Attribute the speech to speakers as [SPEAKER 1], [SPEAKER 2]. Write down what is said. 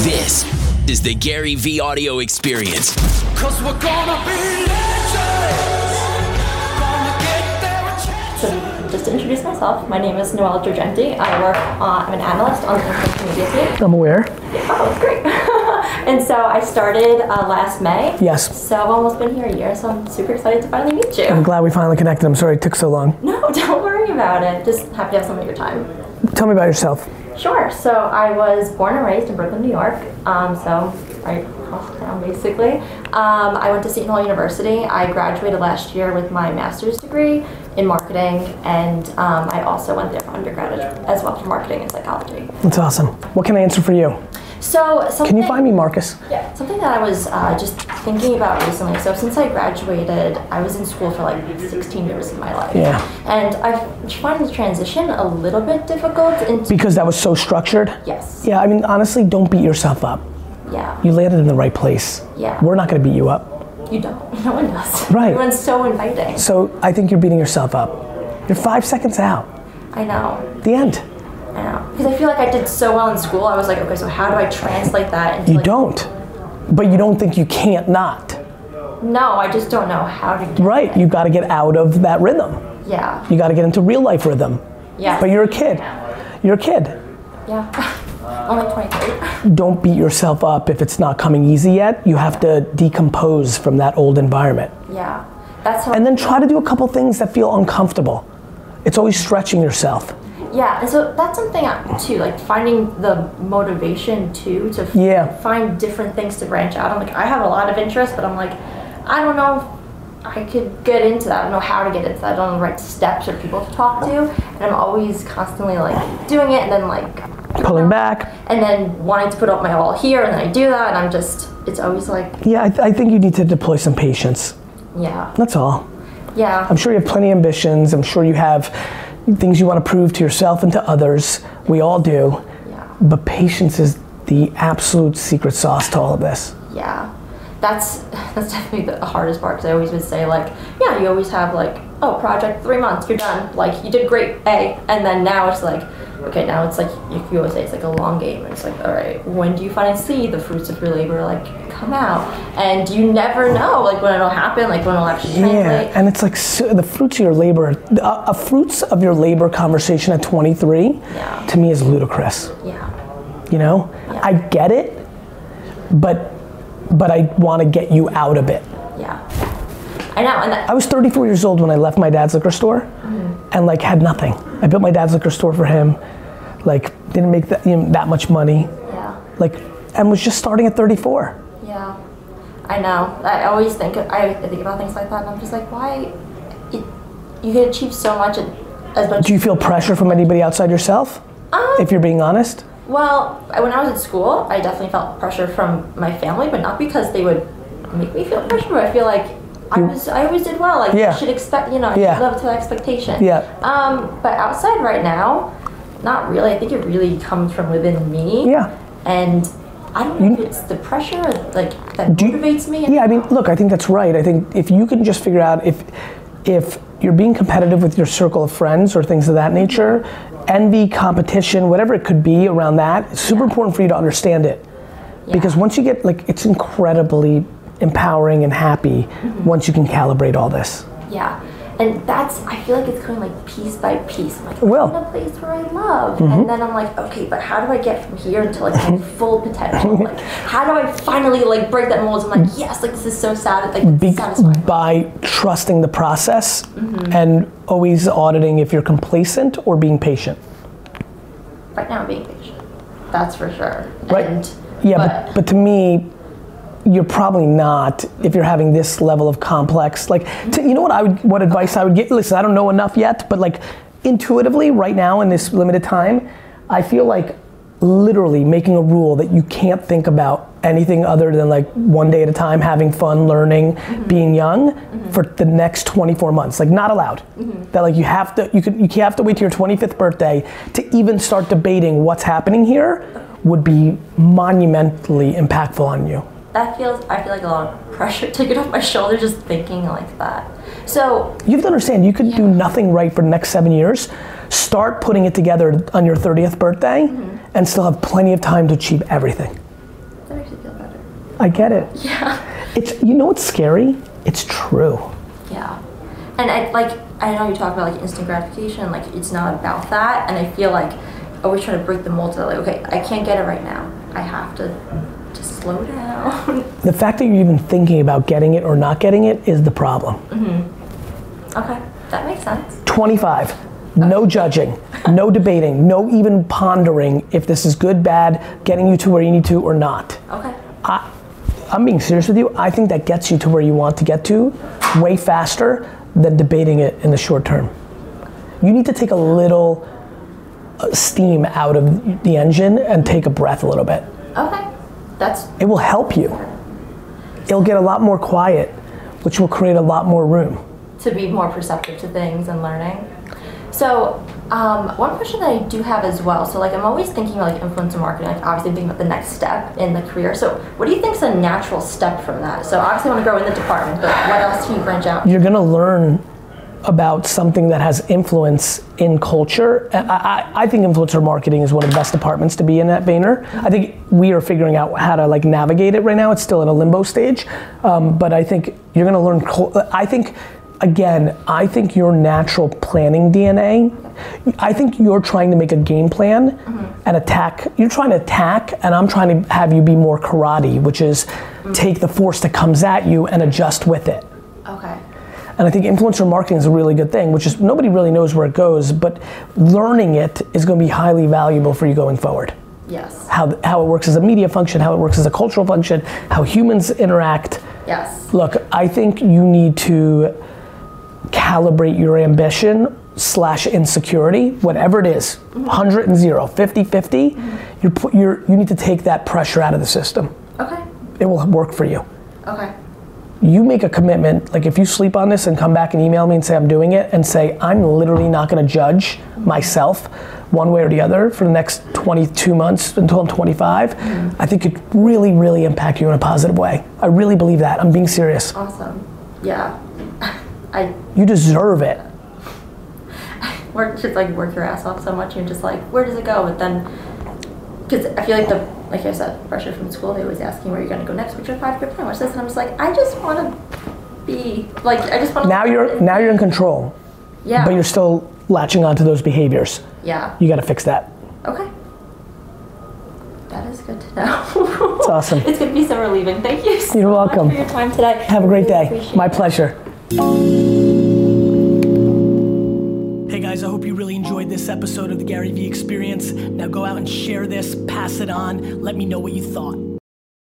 [SPEAKER 1] This is the Gary V audio experience.
[SPEAKER 2] Cause we're gonna be legends. Gonna get there a chance.
[SPEAKER 3] So just to introduce myself, my name is Noelle Girgenti. I work, uh, I'm an analyst on the Influencer Media team.
[SPEAKER 4] I'm aware.
[SPEAKER 3] Oh, that's great. and so I started uh, last May.
[SPEAKER 4] Yes.
[SPEAKER 3] So I've almost been here a year, so I'm super excited to finally meet
[SPEAKER 4] I'm
[SPEAKER 3] you.
[SPEAKER 4] glad we finally connected. I'm sorry it took so long.
[SPEAKER 3] No, don't worry about it. Just happy to have some of your time.
[SPEAKER 4] Tell me about yourself.
[SPEAKER 3] Sure. So I was born and raised in Brooklyn, New York. Um, so right across town, basically. Um, I went to Seton Hall University. I graduated last year with my master's degree in marketing, and um, I also went there for undergrad as well for marketing and psychology.
[SPEAKER 4] That's awesome. What can I answer for you?
[SPEAKER 3] So something,
[SPEAKER 4] Can you find me, Marcus?
[SPEAKER 3] Yeah, something that I was uh, just thinking about recently. So since I graduated, I was in school for like 16 years of my life.
[SPEAKER 4] Yeah.
[SPEAKER 3] And I f- find the transition a little bit difficult. Into
[SPEAKER 4] Because that was so structured?
[SPEAKER 3] yes.
[SPEAKER 4] Yeah, I mean, honestly, don't beat yourself up.
[SPEAKER 3] Yeah.
[SPEAKER 4] You landed in the right place.
[SPEAKER 3] Yeah.
[SPEAKER 4] We're not gonna beat you up.
[SPEAKER 3] You don't. No one does.
[SPEAKER 4] Right.
[SPEAKER 3] Everyone's so inviting.
[SPEAKER 4] So I think you're beating yourself up. You're five seconds out.
[SPEAKER 3] I know.
[SPEAKER 4] The end.
[SPEAKER 3] I know. Because I feel like I did so well in school. I was like, okay, so how do I translate that into
[SPEAKER 4] You
[SPEAKER 3] like,
[SPEAKER 4] don't. But you don't think you can't not.
[SPEAKER 3] No, I just don't know how to. Get
[SPEAKER 4] Right,
[SPEAKER 3] it.
[SPEAKER 4] you gotta get out of that rhythm.
[SPEAKER 3] Yeah.
[SPEAKER 4] You gotta get into real life rhythm.
[SPEAKER 3] Yeah.
[SPEAKER 4] But you're a kid. You're a kid.
[SPEAKER 3] Yeah. Only 23.
[SPEAKER 4] don't beat yourself up if it's not coming easy yet. You have to decompose from that old environment.
[SPEAKER 3] Yeah. That's how.
[SPEAKER 4] And then try to do a couple things that feel uncomfortable. It's always stretching yourself.
[SPEAKER 3] Yeah, and so that's something I- too, like finding the motivation too to f-
[SPEAKER 4] Yeah.
[SPEAKER 3] find different things to branch out. I'm like, I have a lot of interest, but I'm like, I don't know if I could get into that. I don't know how to get into that. I don't know the right steps or people to talk to, and I'm always constantly like doing it and then like
[SPEAKER 4] Pulling back.
[SPEAKER 3] and then wanting to put up my all here, and then I do that, and I'm just, it's always like,
[SPEAKER 4] Yeah, I, th- I think you need to deploy some patience.
[SPEAKER 3] yeah,
[SPEAKER 4] That's all.
[SPEAKER 3] yeah,
[SPEAKER 4] I'm sure you have plenty of ambitions. I'm sure you have things you want to prove to yourself and to others. We all do.
[SPEAKER 3] yeah.
[SPEAKER 4] But patience is the absolute secret sauce to all of this.
[SPEAKER 3] yeah that's that's definitely the hardest part because i always would say like yeah you always have like oh project three months you're done like you did great a and then now it's like okay now it's like you you always say it's like a long game and it's like all right when do you finally see the fruits of your labor like come out and you never know like when it'll happen like when it'll actually translate
[SPEAKER 4] Yeah, and it's like so, the fruits of your labor, the, uh, a fruits of your labor conversation at 23,
[SPEAKER 3] Yeah.
[SPEAKER 4] to me is ludicrous.
[SPEAKER 3] yeah
[SPEAKER 4] You know, I get it, but but I want to get you out of it.
[SPEAKER 3] yeah i know and that
[SPEAKER 4] I was 34 years old when I left my dad's liquor store,
[SPEAKER 3] Mm-hmm.
[SPEAKER 4] and like had nothing. I built my dad's liquor store for him, like didn't make that you know, that much money,
[SPEAKER 3] yeah
[SPEAKER 4] like and was just starting at 34.
[SPEAKER 3] Yeah, I know. I always think I think about things like that, and I'm just like, why? It, you could achieve so much in as much.
[SPEAKER 4] Do you feel pressure from anybody outside yourself?
[SPEAKER 3] Um,
[SPEAKER 4] if you're being honest,
[SPEAKER 3] well, I- when I was at school, I definitely felt pressure from my family, but not because they would make me feel pressure. But I feel like I was I always did well. Like
[SPEAKER 4] Yeah.
[SPEAKER 3] you should expect, you know, I
[SPEAKER 4] Yeah.
[SPEAKER 3] should live up to that expectation.
[SPEAKER 4] Yeah.
[SPEAKER 3] Um, but outside right now, not really. I think it really comes from within me.
[SPEAKER 4] Yeah.
[SPEAKER 3] And. I don't know if it's the pressure, like that
[SPEAKER 4] Do you-
[SPEAKER 3] motivates me.
[SPEAKER 4] Yeah, I mean, look, I think that's right. I think if you can just figure out if if you're being competitive with your circle of friends or things of that nature, envy, competition, whatever it could be around that, it's super important for you to understand it. Because once you get like it's incredibly empowering and happy
[SPEAKER 3] Mm-hmm.
[SPEAKER 4] once you can calibrate all this.
[SPEAKER 3] Yeah. And that's, I feel like it's going like piece by piece. I'm like,
[SPEAKER 4] will.
[SPEAKER 3] I'm
[SPEAKER 4] Mm-hmm.
[SPEAKER 3] in a place where I love. And then I'm like, okay, but how do I get from here into like my full potential? Like, how do I finally like break that mold? I'm like, yes, like this is so sad. Like,
[SPEAKER 4] Mm-hmm. Be-
[SPEAKER 3] satisfying.
[SPEAKER 4] by trusting the process
[SPEAKER 3] Mm-hmm.
[SPEAKER 4] and always auditing if you're complacent or being patient.
[SPEAKER 3] Right now I'm being patient. That's for sure.
[SPEAKER 4] Right.
[SPEAKER 3] And,
[SPEAKER 4] Yeah, but, but, to me, you're probably not if you're having this level of complex. Like, to, you know what I would, what advice I would get? Listen, I don't know enough yet, but like intuitively, right now in this limited time, I feel like literally making a rule that you can't think about anything other than like one day at a time, having fun, learning, being young for the next 24 months. Like, not allowed. That like you have to you could you have to wait to your 25th birthday to even start debating what's happening here would be monumentally impactful on you.
[SPEAKER 3] that feels, I feel like a lot of pressure taken off my shoulder just thinking like that. So,
[SPEAKER 4] You have to understand, you could do nothing right for the next seven years. Start putting it together on your 30th birthday and still have plenty of time to achieve everything. I get it.
[SPEAKER 3] Yeah.
[SPEAKER 4] It's you know what's scary? It's true.
[SPEAKER 3] Yeah. And I like I know you talk about like instant gratification, like it's not about that. And I feel like I always try to break the mold to like, okay, I can't get it right now. I have to just slow down.
[SPEAKER 4] The fact that you're even thinking about getting it or not getting it is the problem.
[SPEAKER 3] okay. That makes sense.
[SPEAKER 4] 25. No judging, no debating, no even pondering if this is good, bad, getting you to where you need to or not.
[SPEAKER 3] Okay.
[SPEAKER 4] I, I'm being serious with you. I think that gets you to where you want to get to way faster than debating it in the short term. You need to take a little uh, steam out of the engine and take a breath a little bit.
[SPEAKER 3] Okay. That's
[SPEAKER 4] It will help you. It'll get a lot more quiet, which will create a lot more room.
[SPEAKER 3] to be more perceptive to things and learning. So, um, one question that I do have as well. So, like, I'm always thinking about, like influencer marketing. Like, obviously, I'm thinking about the next step in the career. So, what do you think is a natural step from that? So, obviously, I want to grow in the department, but what else can you branch out?
[SPEAKER 4] You're gonna learn about something that has influence in culture. I, I, I think influencer marketing is one of the best departments to be in at Vayner. I think we are figuring out how to like navigate it right now. It's still in a limbo stage, um, but I think you're gonna learn. cul- I think. Again, I think your natural planning DNA, I think you're trying to make a game plan and attack. You're trying to attack, and I'm trying to have you be more karate, which is take the force that comes at you and adjust with it.
[SPEAKER 3] Okay.
[SPEAKER 4] And I think influencer marketing is a really good thing, which is nobody really knows where it goes, but learning it is going to be highly valuable for you going forward.
[SPEAKER 3] Yes.
[SPEAKER 4] How, how it works as a media function, how it works as a cultural function, how humans interact.
[SPEAKER 3] Yes.
[SPEAKER 4] Look, I think you need to calibrate your ambition slash insecurity, whatever it is, 100 and 0, 50, 50, you're, put- you're, you need to take that pressure out of the system.
[SPEAKER 3] Okay.
[SPEAKER 4] It will work for you
[SPEAKER 3] Okay.
[SPEAKER 4] you make a commitment, like if you sleep on this and come back and email me and say I'm doing it and say I'm literally not gonna judge myself one way or the other for the next 22 months until I'm 25, I think it really, really impact you in a positive way. I really believe that. I'm being serious.
[SPEAKER 3] Awesome. Yeah. I
[SPEAKER 4] You deserve it.
[SPEAKER 3] work just like work your ass off so much and just like where does it go but then because i feel like the like i said pressure from school they always ask you where you're going to go next what's your five year plan what's this and i'm just like i just want to be like i just want to
[SPEAKER 4] Now you're now you're in control,
[SPEAKER 3] yeah
[SPEAKER 4] but you're still latching onto those behaviors.
[SPEAKER 3] yeah
[SPEAKER 4] You gotta fix that.
[SPEAKER 3] okay that is good to know it's
[SPEAKER 4] awesome.
[SPEAKER 3] it's going to be so relieving thank you so
[SPEAKER 4] You're
[SPEAKER 3] much
[SPEAKER 4] welcome.
[SPEAKER 3] for your time today
[SPEAKER 4] Have a great
[SPEAKER 3] Really
[SPEAKER 4] day.
[SPEAKER 3] appreciate
[SPEAKER 4] My
[SPEAKER 3] it.
[SPEAKER 4] pleasure. Hey guys, I hope you really enjoyed this episode of the Gary Vee Experience. Now go out and share this, pass it on, let me know what you thought.